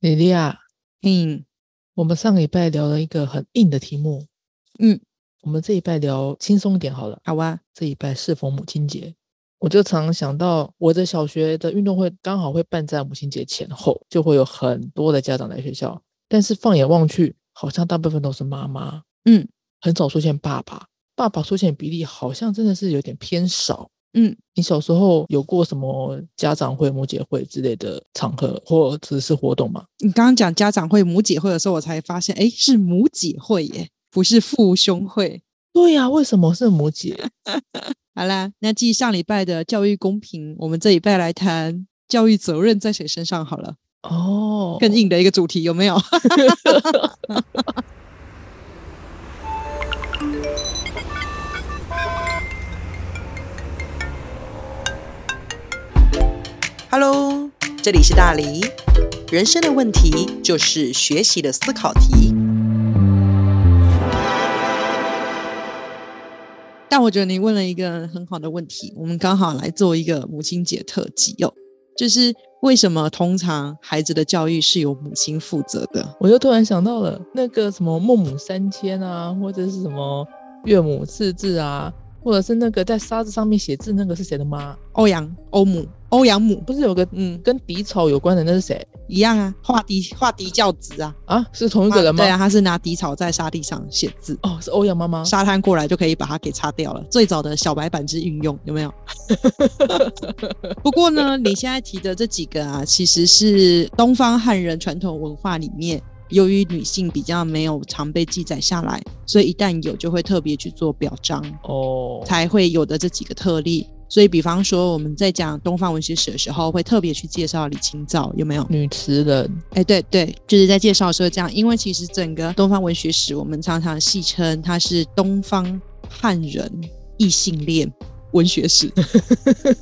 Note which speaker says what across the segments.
Speaker 1: 李丽亚，
Speaker 2: 嗯
Speaker 1: 啊我们上个礼拜聊了一个很硬的题目，
Speaker 2: 嗯，
Speaker 1: 我们这一拜聊轻松一点好了。
Speaker 2: 好啊，
Speaker 1: 这一拜适逢母亲节，我就常想到我的小学的运动会刚好会办在母亲节前后，就会有很多的家长来学校，但是放眼望去，好像大部分都是妈妈，
Speaker 2: 嗯，
Speaker 1: 很少出现爸爸，爸爸出现比例好像真的是有点偏少。
Speaker 2: 嗯，
Speaker 1: 你小时候有过什么家长会、母姐会之类的场合或者是活动吗？
Speaker 2: 你刚刚讲家长会、母姐会的时候，我才发现，哎，是母姐会耶，不是父兄会。
Speaker 1: 对呀、为什么是母姐？
Speaker 2: 好啦，那继上礼拜的教育公平，我们这礼拜来谈教育责任在谁身上好了，
Speaker 1: 哦，
Speaker 2: 更硬的一个主题有没有？Hello，这里是大黎。人生的问题就是学习的思考题。但我觉得你问了一个很好的问题，我们刚好来做一个母亲节特辑哦，就是为什么通常孩子的教育是由母亲负责的？
Speaker 1: 我就突然想到了那个什么孟母三迁啊，或者是什么岳母四字啊，或者是那个在沙子上面写字那个是谁的妈？
Speaker 2: 欧阳、欧母、欧阳母
Speaker 1: 不是有个
Speaker 2: 嗯，
Speaker 1: 跟敌草有关的那是谁
Speaker 2: 一样啊，画敌画敌教子啊，
Speaker 1: 啊？是同一个人吗？
Speaker 2: 对啊，他是拿敌草在沙地上写字，
Speaker 1: 哦，是欧阳妈妈。
Speaker 2: 沙滩过来就可以把它给擦掉了。最早的小白板之运用有没 有？不过呢，你现在提的这几个啊，其实是东方汉人传统文化里面，由于女性比较没有常被记载下来，所以一旦有就会特别去做表彰，
Speaker 1: 哦，
Speaker 2: 才会有的这几个特例。所以，比方说我们在讲东方文学史的时候，会特别去介绍李清照，有没有？
Speaker 1: 女词人
Speaker 2: 哎，对对，就是在介绍的时候这样，因为其实整个东方文学史，我们常常戏称它是东方汉人异性恋文学史，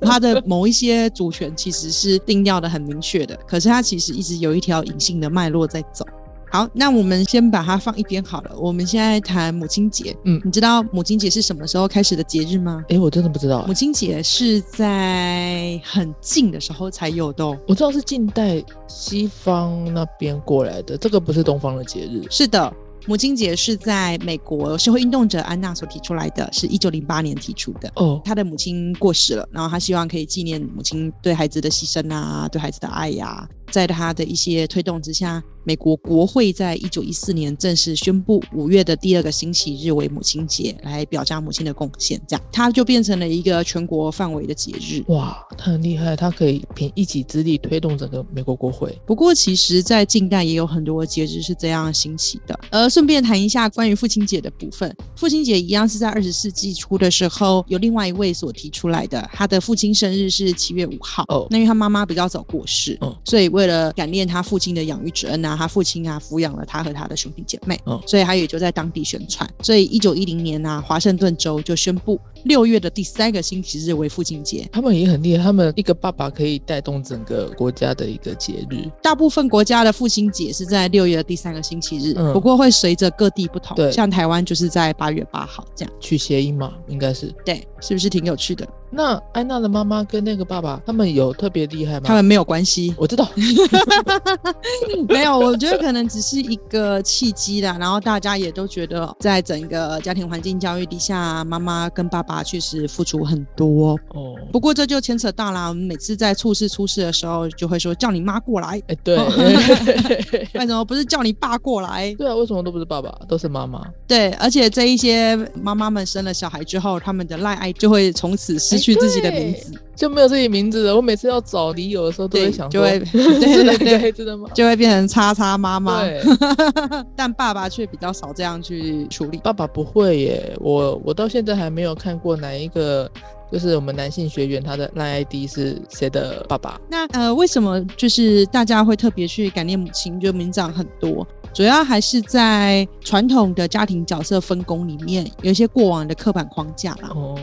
Speaker 2: 它的某一些主权其实是定调的很明确的，可是它其实一直有一条隐性的脉络在走。好，那我们先把它放一边好了。我们现在谈母亲节，
Speaker 1: 嗯
Speaker 2: 你知道母亲节是什么时候开始的节日吗？
Speaker 1: 哎、我真的不知道、
Speaker 2: 母亲节是在很近的时候才有的、哦。
Speaker 1: 我知道是近代西方那边过来的，这个不是东方的节日。
Speaker 2: 是的，母亲节是在美国社会运动者安娜所提出来的，是一九零八年提出的。
Speaker 1: 哦，
Speaker 2: 她的母亲过世了，然后她希望可以纪念母亲对孩子的牺牲啊，对孩子的爱呀、在她的一些推动之下，美国国会在一九一四年正式宣布五月的第二个星期日为母亲节，来表彰母亲的贡献。这样，它就变成了一个全国范围的节日。
Speaker 1: 哇，他很厉害，他可以凭一己之力推动整个美国国会。
Speaker 2: 不过，其实，在近代也有很多节日是这样兴起的。呃，顺便谈一下关于父亲节的部分。父亲节一样是在二十世纪初的时候，有另外一位所提出来的。他的父亲生日是七月五号。
Speaker 1: 哦
Speaker 2: 那因为他妈妈比较早过世，
Speaker 1: 嗯
Speaker 2: 所以为了感念他父亲的养育之恩啊，他父亲啊抚养了他和他的兄弟姐妹，
Speaker 1: 嗯
Speaker 2: 所以他也就在当地宣传。所以，一九一零年啊，华盛顿州就宣布六月的第三个星期日为父亲节。
Speaker 1: 他们也很厉害，他们一个爸爸可以带动整个国家的一个节日。
Speaker 2: 大部分国家的父亲节是在六月的第三个星期日，
Speaker 1: 嗯
Speaker 2: 不过会随着各地不同
Speaker 1: 对，
Speaker 2: 像台湾就是在八月八号这样，
Speaker 1: 取谐音嘛，应该是。
Speaker 2: 对，是不是挺有趣的？
Speaker 1: 那安娜的妈妈跟那个爸爸，他们有特别厉害吗？，
Speaker 2: 他们没有关系
Speaker 1: 我知道，
Speaker 2: 没有，我觉得可能只是一个契机啦。然后大家也都觉得，在整个家庭环境教育底下，妈妈跟爸爸确实付出很多。
Speaker 1: 哦，
Speaker 2: 不过这就牵扯到啦，我们每次在处事出事的时候，就会说叫你妈过来，
Speaker 1: 哎、对，
Speaker 2: 为什么不是叫你爸过来？
Speaker 1: 对啊，为什么都不是爸爸，都是妈妈？
Speaker 2: 对，而且这一些妈妈们生了小孩之后，他们的赖爱就会从此失去自己的名字，
Speaker 1: 就没有自己名字了。我每次要找理由的时候，都会想
Speaker 2: 就
Speaker 1: 说，
Speaker 2: 会
Speaker 1: 是
Speaker 2: 对
Speaker 1: 哪
Speaker 2: 对
Speaker 1: 个
Speaker 2: 对，
Speaker 1: 孩子的妈
Speaker 2: 就会变成叉叉妈妈。
Speaker 1: 对，
Speaker 2: 但爸爸却比较少这样去处理。
Speaker 1: 爸爸不会耶，我我到现在还没有看过哪一个，就是我们男性学员他的 line ID 是谁的爸爸。
Speaker 2: 那呃，为什么就是大家会特别去感念母亲？就名长很多，主要还是在传统的家庭角色分工里面，有一些过往的刻板框架啦。
Speaker 1: 哦，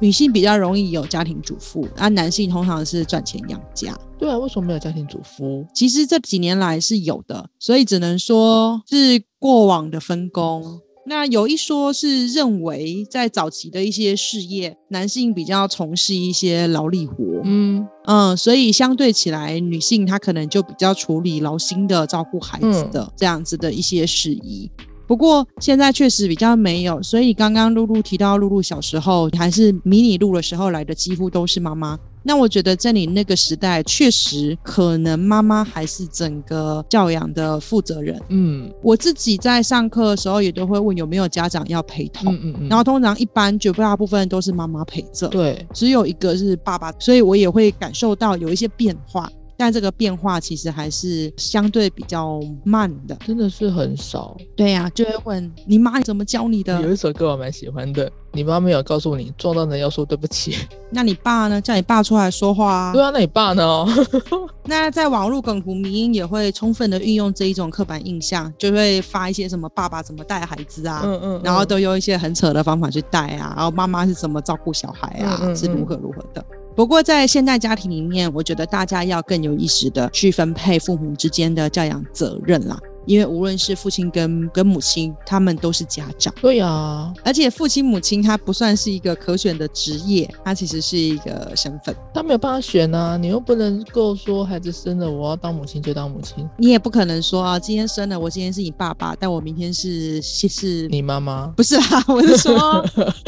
Speaker 2: 女性比较容易有家庭主妇，啊，男性通常是赚钱养家。
Speaker 1: 对啊，为什么没有家庭主夫？
Speaker 2: 其实这几年来是有的，所以只能说是过往的分工那有一说是认为，在早期的一些事业，男性比较从事一些劳力活，
Speaker 1: 嗯
Speaker 2: 嗯，所以相对起来，女性她可能就比较处理劳心的、照顾孩子
Speaker 1: 嗯
Speaker 2: 的、这样子的一些事宜。不过现在确实比较没有，所以刚刚露露提到，露露小时候还是迷你露的时候来的，几乎都是妈妈。那我觉得在你那个时代，确实可能妈妈还是整个教养的负责人。
Speaker 1: 嗯
Speaker 2: 我自己在上课的时候也都会问有没有家长要陪同，
Speaker 1: 嗯嗯嗯，
Speaker 2: 然后通常一般绝大部分都是妈妈陪着。
Speaker 1: 对，
Speaker 2: 只有一个是爸爸，所以我也会感受到有一些变化，但这个变化其实还是相对比较慢的。
Speaker 1: 真的是很少。
Speaker 2: 对呀、就会问你妈怎么教你
Speaker 1: 啊有
Speaker 2: 的？
Speaker 1: 一首歌我蛮喜欢的，你妈没有告诉你撞到人要说对不起。
Speaker 2: 那你爸呢？叫你爸出来说话啊。
Speaker 1: 对啊，那你爸呢？
Speaker 2: 那在网络梗图迷音也会充分的运用这一种刻板印象，就会发一些什么爸爸怎么带孩子啊。
Speaker 1: 嗯嗯，
Speaker 2: 然后
Speaker 1: 嗯
Speaker 2: 都用一些很扯的方法去带啊，然后妈妈是怎么照顾小孩啊，
Speaker 1: 嗯嗯
Speaker 2: 是如何如何的。不过在现代家庭里面，我觉得大家要更有意识的去分配父母之间的教养责任啦，因为无论是父亲跟跟母亲，他们都是家长，
Speaker 1: 对呀，
Speaker 2: 而且父亲母亲他不算是一个可选的职业，他其实是一个身份，
Speaker 1: 他没有办法选啊，你又不能够说孩子生了我要当母亲就当母亲，
Speaker 2: 你也不可能说啊，今天生了我今天是你爸爸，但我明天是是是
Speaker 1: 你妈妈。
Speaker 2: 不是啊，我是说，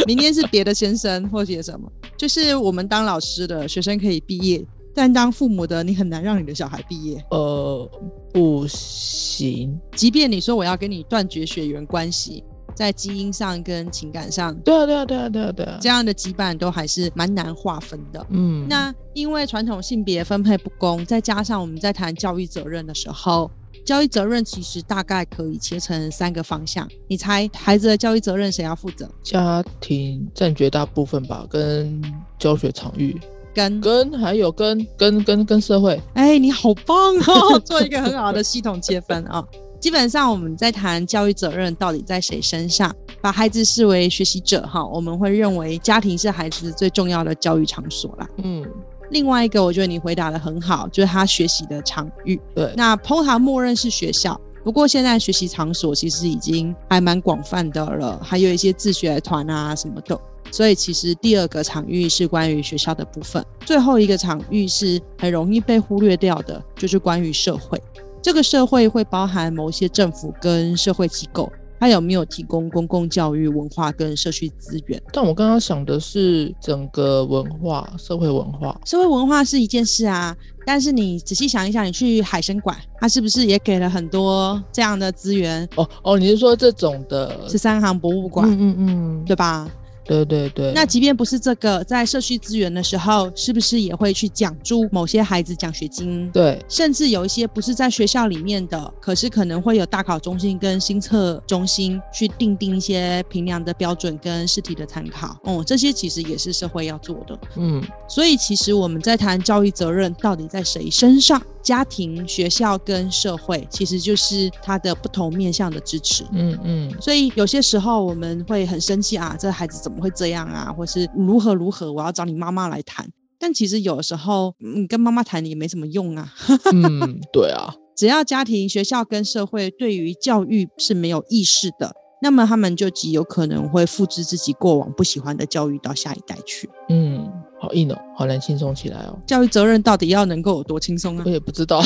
Speaker 2: 明天是别的先生或者什么，就是我们当老师的学生可以毕业，但当父母的你很难让你的小孩毕业。
Speaker 1: 呃，不行。
Speaker 2: 即便你说我要跟你断绝血缘关系，在基因上跟情感上，
Speaker 1: 对啊，对啊，对啊，对啊，对啊。
Speaker 2: 这样的羁绊都还是蛮难划分的。
Speaker 1: 嗯，
Speaker 2: 那因为传统性别分配不公，再加上我们在谈教育责任的时候，教育责任其实大概可以切成三个方向。你猜孩子的教育责任谁要负责？
Speaker 1: 家庭占绝大部分吧，跟教学场域，
Speaker 2: 跟
Speaker 1: 跟还有跟跟跟跟社会，
Speaker 2: 哎、你好棒哦，做一个很好的系统切分啊、基本上我们在谈教育责任到底在谁身上，把孩子视为学习者哈，我们会认为家庭是孩子最重要的教育场所啦。
Speaker 1: 嗯，
Speaker 2: 另外一个，我觉得你回答的很好，就是他学习的场域。
Speaker 1: 对，
Speaker 2: 那通常默认是学校，不过现在学习场所其实已经还蛮广泛的了，还有一些自学团啊什么的。所以其实第二个场域是关于学校的部分，最后一个场域是很容易被忽略掉的，就是关于社会。这个社会会包含某些政府跟社会机构，它有没有提供公共教育、文化跟社区资源？
Speaker 1: 但我刚刚想的是整个文化、社会文化，
Speaker 2: 社会文化是一件事啊，但是你仔细想一想，你去海参馆，它是不是也给了很多这样的资源？
Speaker 1: 哦哦，你是说这种的？
Speaker 2: 十三行博物馆，
Speaker 1: 嗯嗯嗯，
Speaker 2: 对吧？
Speaker 1: 对对对。
Speaker 2: 那即便不是这个，在社区资源的时候，是不是也会去奖助某些孩子奖学金？
Speaker 1: 对
Speaker 2: 甚至有一些不是在学校里面的，可是可能会有大考中心跟新测中心去定定一些评量的标准跟试题的参考。哦、这些其实也是社会要做的。
Speaker 1: 嗯
Speaker 2: 所以其实我们在谈教育责任到底在谁身上，家庭、学校跟社会，其实就是它的不同面向的支持。
Speaker 1: 嗯嗯，
Speaker 2: 所以有些时候我们会很生气啊，这孩子怎么会这样啊，或是如何如何，我要找你妈妈来谈。但其实有的时候，嗯，跟妈妈谈也没什么用啊。
Speaker 1: 嗯， 对啊，
Speaker 2: 只要家庭、学校跟社会对于教育是没有意识的，那么他们就极有可能会复制自己过往不喜欢的教育到下一代去。
Speaker 1: 嗯，好硬哦，好难轻松起来哦。
Speaker 2: 教育责任到底要能够有多轻松啊
Speaker 1: 我？也不知 道，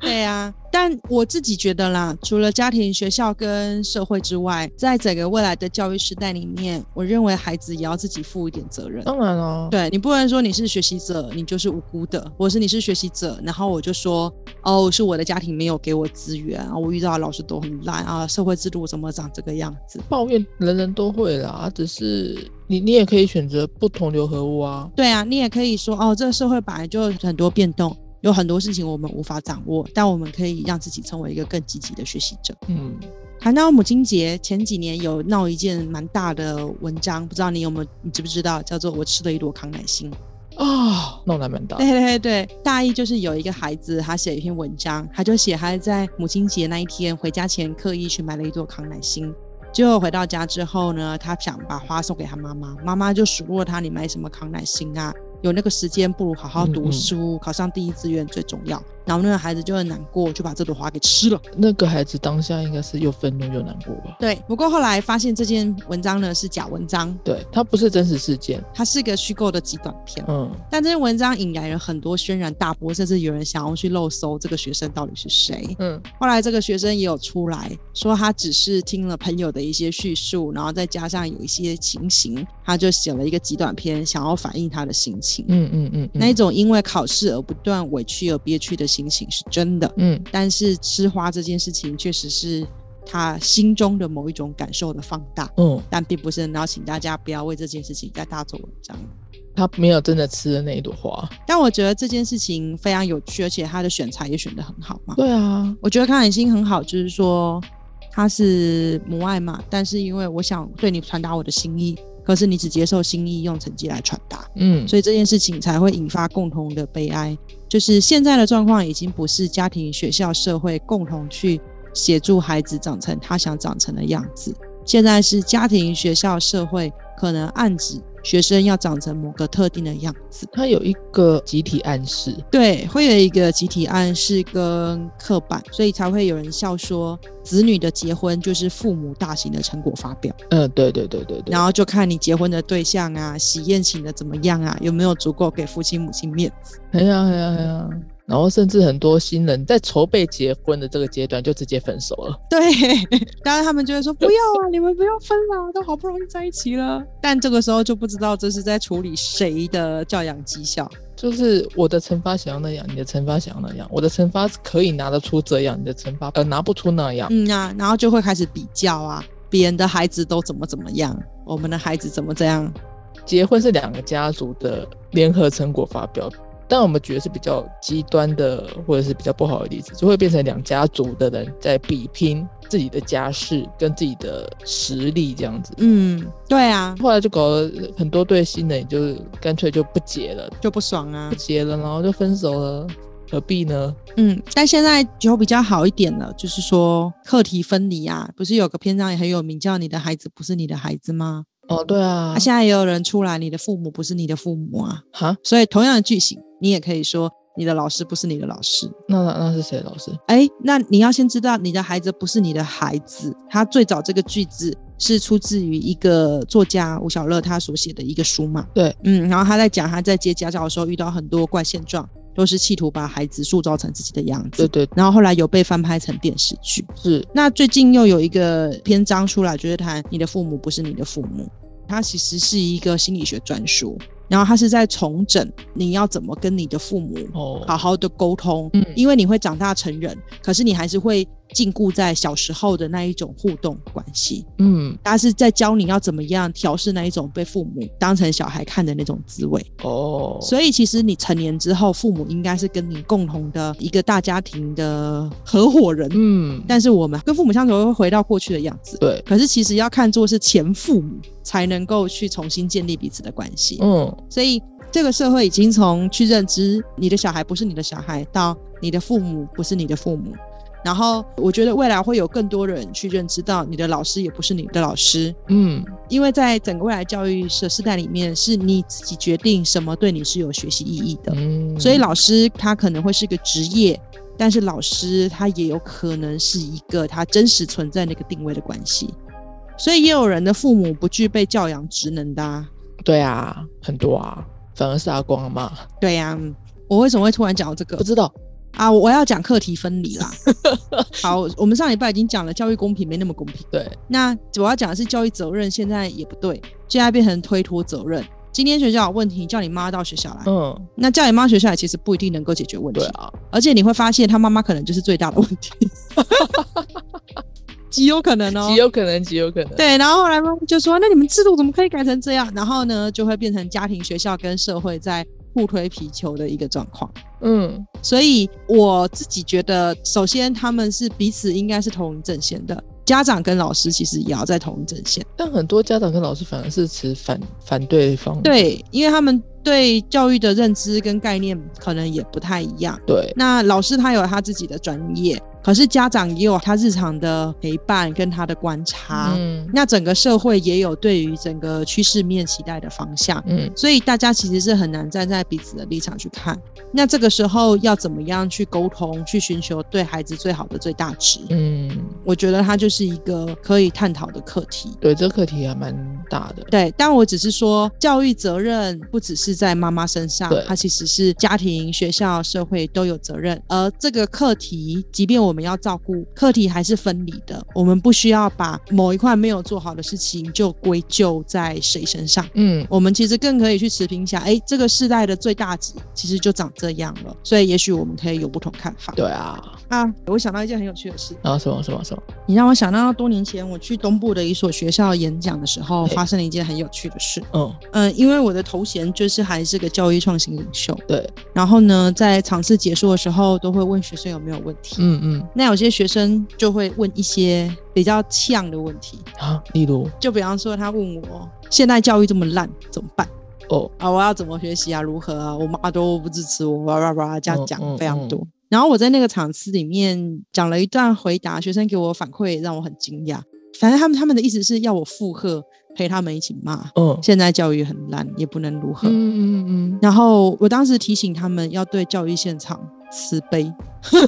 Speaker 2: 对啊，但我自己觉得啦，除了家庭、学校跟社会之外，在整个未来的教育时代里面，我认为孩子也要自己负一点责任。
Speaker 1: 当然哦，
Speaker 2: 对你不能说你是学习者，你就是无辜的，或是你是学习者，然后我就说哦，是我的家庭没有给我资源啊，我遇到的老师都很烂啊，社会制度怎么长这个样子？
Speaker 1: 抱怨人人都会啦，只是你你也可以选择不同流合污啊。
Speaker 2: 对啊，你也可以说哦，这个社会本来就很多变动，有很多事情我们无法掌握，但我们可以让自己成为一个更积极的学习者。
Speaker 1: 嗯，
Speaker 2: 谈到母亲节，前几年有闹一件蛮大的文章，不知道你有没有，你知不知道？叫做“我吃了一箩康乃馨
Speaker 1: 啊，弄难蛮”。大。
Speaker 2: 对对对，大意就是有一个孩子，他写了一篇文章，他就写他在母亲节那一天回家前刻意去买了一朵康乃馨，结果回到家之后呢，他想把花送给他妈妈，妈妈就数落他：“你买什么康乃馨啊？有那个时间不如好好读
Speaker 1: 嗯嗯
Speaker 2: 书，考上第一志愿最重要。”然后那个孩子就很难过，就把这朵花给吃了。
Speaker 1: 那个孩子当下应该是又愤怒又难过吧？
Speaker 2: 对，不过后来发现这篇文章呢是假文章，
Speaker 1: 对，它不是真实事件。
Speaker 2: 它是个虚构的极短片。
Speaker 1: 嗯，
Speaker 2: 但这篇文章引来了很多轩然大波，甚至有人想要去漏搜这个学生到底是谁。
Speaker 1: 嗯，
Speaker 2: 后来这个学生也有出来说，他只是听了朋友的一些叙述，然后再加上有一些情形，他就写了一个极短篇，想要反映他的心情。
Speaker 1: 嗯嗯嗯，
Speaker 2: 那一
Speaker 1: 嗯
Speaker 2: 种因为考试而不断委屈而憋屈的心情是真的，
Speaker 1: 嗯
Speaker 2: 但是吃花这件事情确实是他心中的某一种感受的放大，
Speaker 1: 嗯，
Speaker 2: 但并不是。然后请大家不要为这件事情再大做文章。
Speaker 1: 他没有真的吃了那一朵花。
Speaker 2: 但我觉得这件事情非常有趣，而且他的选材也选得很好嘛。
Speaker 1: 对啊，
Speaker 2: 我觉得康乃馨很好，就是说他是母爱嘛，但是因为我想对你传达我的心意，可是你只接受心意，用成绩来传达，
Speaker 1: 嗯，
Speaker 2: 所以这件事情才会引发共同的悲哀。就是现在的状况已经不是家庭、学校、社会共同去协助孩子长成他想长成的样子，现在是家庭、学校、社会可能暗指学生要长成某个特定的样子。
Speaker 1: 他有一个集体暗示。
Speaker 2: 对，会有一个集体暗示跟刻板，所以才会有人笑说，子女的结婚就是父母大型的成果发表，
Speaker 1: 嗯，对对对对对。
Speaker 2: 然后就看你结婚的对象啊，喜宴请的怎么样啊，有没有足够给父亲母亲面子。
Speaker 1: 哎呀哎呀哎呀！然后甚至很多新人在筹备结婚的这个阶段就直接分手了。
Speaker 2: 对，当然他们就会说不要啊，你们不要分啦，都好不容易在一起了。但这个时候就不知道这是在处理谁的教养绩效。
Speaker 1: 就是我的惩罚想要那样，你的惩罚想要那样，我的惩罚可以拿得出这样，你的惩罚呃拿不出那样。
Speaker 2: 嗯啊，然后就会开始比较啊，别人的孩子都怎么怎么样，我们的孩子怎么这样。
Speaker 1: 结婚是两个家族的联合成果发表，但我们举的是比较极端的，或者是比较不好的例子，就会变成两家族的人在比拼自己的家世跟自己的实力这样子。
Speaker 2: 嗯，对啊，
Speaker 1: 后来就搞了很多对新人，也就是干脆就不结了，
Speaker 2: 就不爽啊
Speaker 1: 不。结了，然后就分手了，何必呢？
Speaker 2: 嗯，但现在有比较好一点了，就是说课题分离啊，不是有个篇章也很有名，叫“你的孩子不是你的孩子”吗？
Speaker 1: 哦，对啊
Speaker 2: 啊，，现在也有人出来，你的父母不是你的父母啊，
Speaker 1: 哈，
Speaker 2: 所以同样的句型，你也可以说你的老师不是你的老师。
Speaker 1: 那那那是谁老师？
Speaker 2: 哎，那你要先知道你的孩子不是你的孩子。他最早这个句子是出自于一个作家吴小乐他所写的一个书嘛。
Speaker 1: 对，
Speaker 2: 嗯，然后他在讲他在接家教的时候遇到很多怪现状，都是企图把孩子塑造成自己的样子
Speaker 1: 对。对
Speaker 2: 然后后来有被翻拍成电视剧。
Speaker 1: 是，
Speaker 2: 那最近又有一个篇章出来，就是谈你的父母不是你的父母，它其实是一个心理学专书，然后它是在重整你要怎么跟你的父母
Speaker 1: 哦，
Speaker 2: 好，好的沟通，
Speaker 1: 嗯
Speaker 2: 因为你会长大成人，可是你还是会禁锢在小时候的那一种互动关系，
Speaker 1: 嗯，
Speaker 2: 它是在教你要怎么样调试那一种被父母当成小孩看的那种滋味。
Speaker 1: 哦，
Speaker 2: 所以其实你成年之后，父母应该是跟你共同的一个大家庭的合伙人。
Speaker 1: 嗯，
Speaker 2: 但是我们跟父母相处会回到过去的样子，
Speaker 1: 对，
Speaker 2: 可是其实要看作是前父母，才能够去重新建立彼此的关系。
Speaker 1: 嗯，
Speaker 2: 所以这个社会已经从去认知你的小孩不是你的小孩，到你的父母不是你的父母。然后我觉得未来会有更多人去认知到你的老师也不是你的老师，
Speaker 1: 嗯，
Speaker 2: 因为在整个未来教育的时代里面，是你自己决定什么对你是有学习意义的。
Speaker 1: 嗯，
Speaker 2: 所以老师他可能会是个职业，但是老师他也有可能是一个他真实存在那个定位的关系。所以也有人的父母不具备教养职能的、啊，
Speaker 1: 对啊，很多啊，反而是阿光阿妈，
Speaker 2: 对呀、嗯我为什么会突然讲到这个
Speaker 1: 不知道，
Speaker 2: 啊？我我要讲课题分离啦。好，我们上礼拜已经讲了教育公平没那么公平，
Speaker 1: 对，
Speaker 2: 那我要讲的是教育责任现在也不对，现在变成推脱责任。今天学校有问题，叫你妈到学校来，
Speaker 1: 嗯，
Speaker 2: 那叫你妈学校来其实不一定能够解决问题
Speaker 1: 对，啊，
Speaker 2: 而且你会发现他妈妈可能就是最大的问 题，极有可能哦
Speaker 1: 极。有可能，极有可能，
Speaker 2: 对，然后后来妈妈就说：“那你们制度怎么可以改成这样？”然后呢，就会变成家庭、学校跟社会在互推皮球的一个状况。
Speaker 1: 嗯，
Speaker 2: 所以我自己觉得，首先他们是彼此应该是同一阵线的，家长跟老师其实也要在同一阵线。
Speaker 1: 但很多家长跟老师反而是持反反对方，，
Speaker 2: 对，因为他们对教育的认知跟概念可能也不太一样。
Speaker 1: 对，
Speaker 2: 那老师他有他自己的专业，可是家长也有他日常的陪伴跟他的观察。
Speaker 1: 嗯
Speaker 2: 那整个社会也有对于整个趋势面期待的方向，
Speaker 1: 嗯
Speaker 2: 所以大家其实是很难站在彼此的立场去看。那这个时候要怎么样去沟通，去寻求对孩子最好的最大值？
Speaker 1: 嗯，
Speaker 2: 我觉得它就是一个可以探讨的课题。
Speaker 1: 对，这个课题还蛮大的。
Speaker 2: 对，但我只是说，教育责任不只是在妈妈身上
Speaker 1: 对，
Speaker 2: 它其实是家庭、学校、社会都有责任。而这个课题，即便我们要照顾课题，还是分离的。我们不需要把某一块没有做好的事情就归咎在谁身上。
Speaker 1: 嗯，
Speaker 2: 我们其实更可以去持平一下，哎，这个世代的最大值其实就长这样了，所以也许我们可以有不同看法。
Speaker 1: 对啊，
Speaker 2: 啊，我想到一件很有趣的事，
Speaker 1: 然后什么什么什么，
Speaker 2: 你让我想到多年前我去东部的一所学校演讲的时候，
Speaker 1: 嘿
Speaker 2: 发生了一件很有趣的事。
Speaker 1: 嗯，
Speaker 2: 嗯，因为我的头衔就是还是个教育创新领袖，
Speaker 1: 对，
Speaker 2: 然后呢，在场次结束的时候，都会问学生有没有问题。
Speaker 1: 嗯嗯
Speaker 2: 那有些学生就会问一些比较呛的问题，
Speaker 1: 啊，例如
Speaker 2: 就比方说他问我现代教育这么烂怎么办
Speaker 1: 哦，
Speaker 2: 啊？我要怎么学习啊？如何啊？我妈都不支持我，哇哇哇，这样
Speaker 1: 嗯
Speaker 2: 讲
Speaker 1: 嗯
Speaker 2: 非常
Speaker 1: 嗯
Speaker 2: 多。然后我在那个场次里面讲了一段回答，学生给我反馈让我很惊讶。反正他们他们的意思是要我附和，陪他们一起骂。
Speaker 1: 嗯
Speaker 2: 现在教育很烂，也不能如何。
Speaker 1: 嗯嗯嗯
Speaker 2: 然后我当时提醒他们要对教育现场慈悲，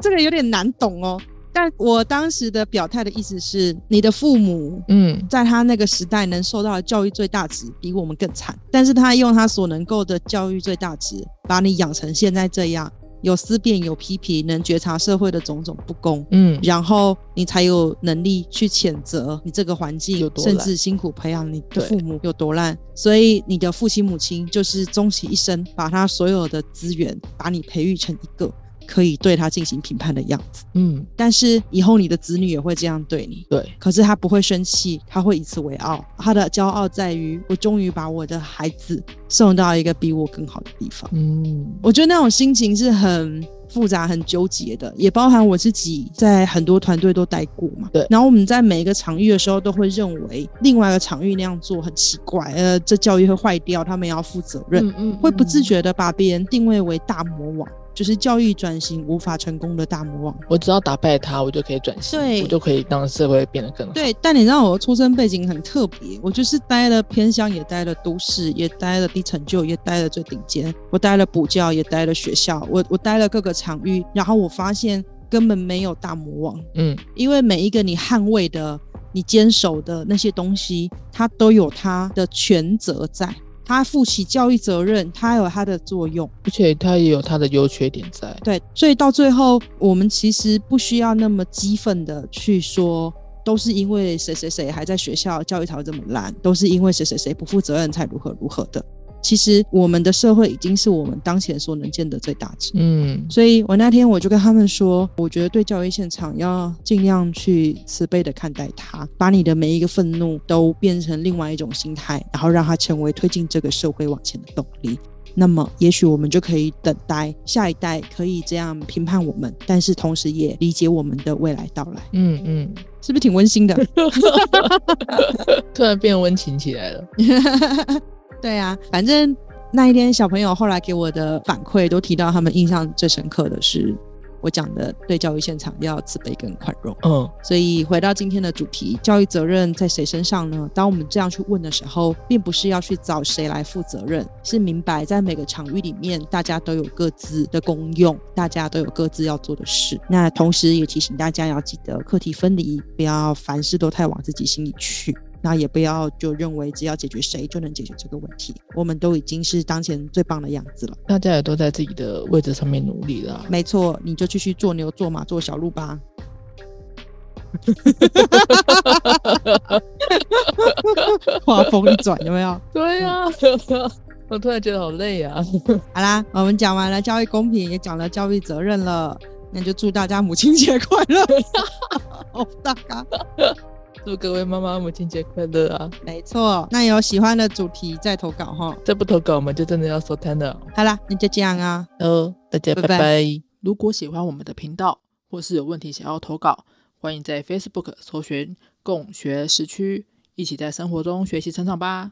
Speaker 2: 这个有点难懂哦。但我当时的表态的意思是，你的父母
Speaker 1: 嗯
Speaker 2: 在他那个时代能受到的教育最大值比我们更惨，但是他用他所能够的教育最大值把你养成现在这样，有思辨，有批评，能觉察社会的种种不公。
Speaker 1: 嗯嗯，
Speaker 2: 然后你才有能力去谴责你这个环
Speaker 1: 有
Speaker 2: 境，
Speaker 1: 多烂
Speaker 2: 甚至辛苦培养你的
Speaker 1: 对
Speaker 2: 父母有多烂。所以你的父亲母亲就是终其一生，把他所有的资源，把你培育成一个可以对他进行评判的样子。
Speaker 1: 嗯
Speaker 2: 但是以后你的子女也会这样对你。
Speaker 1: 对，
Speaker 2: 可是他不会生气，他会以此为傲。他的骄傲在于，我终于把我的孩子送到一个比我更好的地方。
Speaker 1: 嗯
Speaker 2: 我觉得那种心情是很复杂、很纠结的，也包含我自己在很多团队都待过嘛。
Speaker 1: 对
Speaker 2: 然后我们在每一个场域的时候，都会认为另外一个场域那样做很奇怪，呃，这教育会坏掉，他们也要负责任，
Speaker 1: 嗯嗯，
Speaker 2: 会不自
Speaker 1: 嗯，
Speaker 2: 觉的把别人定位为大魔王，就是教育转型无法成功的大魔王。
Speaker 1: 我只要打败他，我就可以转型，
Speaker 2: 对
Speaker 1: 我就可以让社会变得更好。
Speaker 2: 对，但你知道我的出生背景很特别，我就是待了偏乡，也待了都市，也待了低成就，也待了最顶尖，我待了补教，也待了学校，我我待了各个场域，然后我发现根本没有大魔王，
Speaker 1: 嗯
Speaker 2: 因为每一个你捍卫的、你坚守的那些东西，它都有它的权责在，它负起教育责任，它有它的作用。
Speaker 1: 而且它也有它的优缺点在。
Speaker 2: 对，所以到最后，我们其实不需要那么激愤的去说，都是因为谁谁谁还在学校教育才会这么烂，都是因为谁谁谁不负责任才如何如何的。其实我们的社会已经是我们当前所能见的最大值。
Speaker 1: 嗯
Speaker 2: 所以我那天我就跟他们说，我觉得对教育现场要尽量去慈悲的看待它，把你的每一个愤怒都变成另外一种心态，然后让它成为推进这个社会往前的动力。那么，也许我们就可以等待下一代可以这样评判我们，但是同时也理解我们的未来到来，
Speaker 1: 嗯嗯，
Speaker 2: 是不是挺温馨的？
Speaker 1: 突然变温情起来了。
Speaker 2: 对啊，反正那一天小朋友后来给我的反馈都提到，他们印象最深刻的是我讲的对教育现场要慈悲跟宽容。
Speaker 1: 嗯
Speaker 2: 所以回到今天的主题，教育责任在谁身上呢？当我们这样去问的时候，并不是要去找谁来负责任，是明白在每个场域里面，大家都有各自的功用，大家都有各自要做的事。那同时也提醒大家要记得课题分离，不要凡事都太往自己心里去。那也不要就认为只要解决谁就能解决这个问题，我们都已经是当前最棒的样子了。
Speaker 1: 大家也都在自己的位置上面努力啦。
Speaker 2: 没错，你就继续做牛做马做小鹿吧。话锋一转，有没有？
Speaker 1: 对呀、 我突然觉得好累啊。
Speaker 2: 好啦，我们讲完了教育公平，也讲了教育责任了，那就祝大家母亲节快乐！ 哦，大家，
Speaker 1: 祝各位妈妈母亲节快乐啊！
Speaker 2: 没错，那有喜欢的主题再投稿哈。
Speaker 1: 再不投稿，我们就真的要收摊了。
Speaker 2: 好啦，那就这样啊，
Speaker 1: 哦，大家
Speaker 2: 拜
Speaker 1: 拜拜。如果喜欢我们的频道，或是有问题想要投稿，欢迎在 Facebook 搜寻“共学时区”，一起在生活中学习成长吧。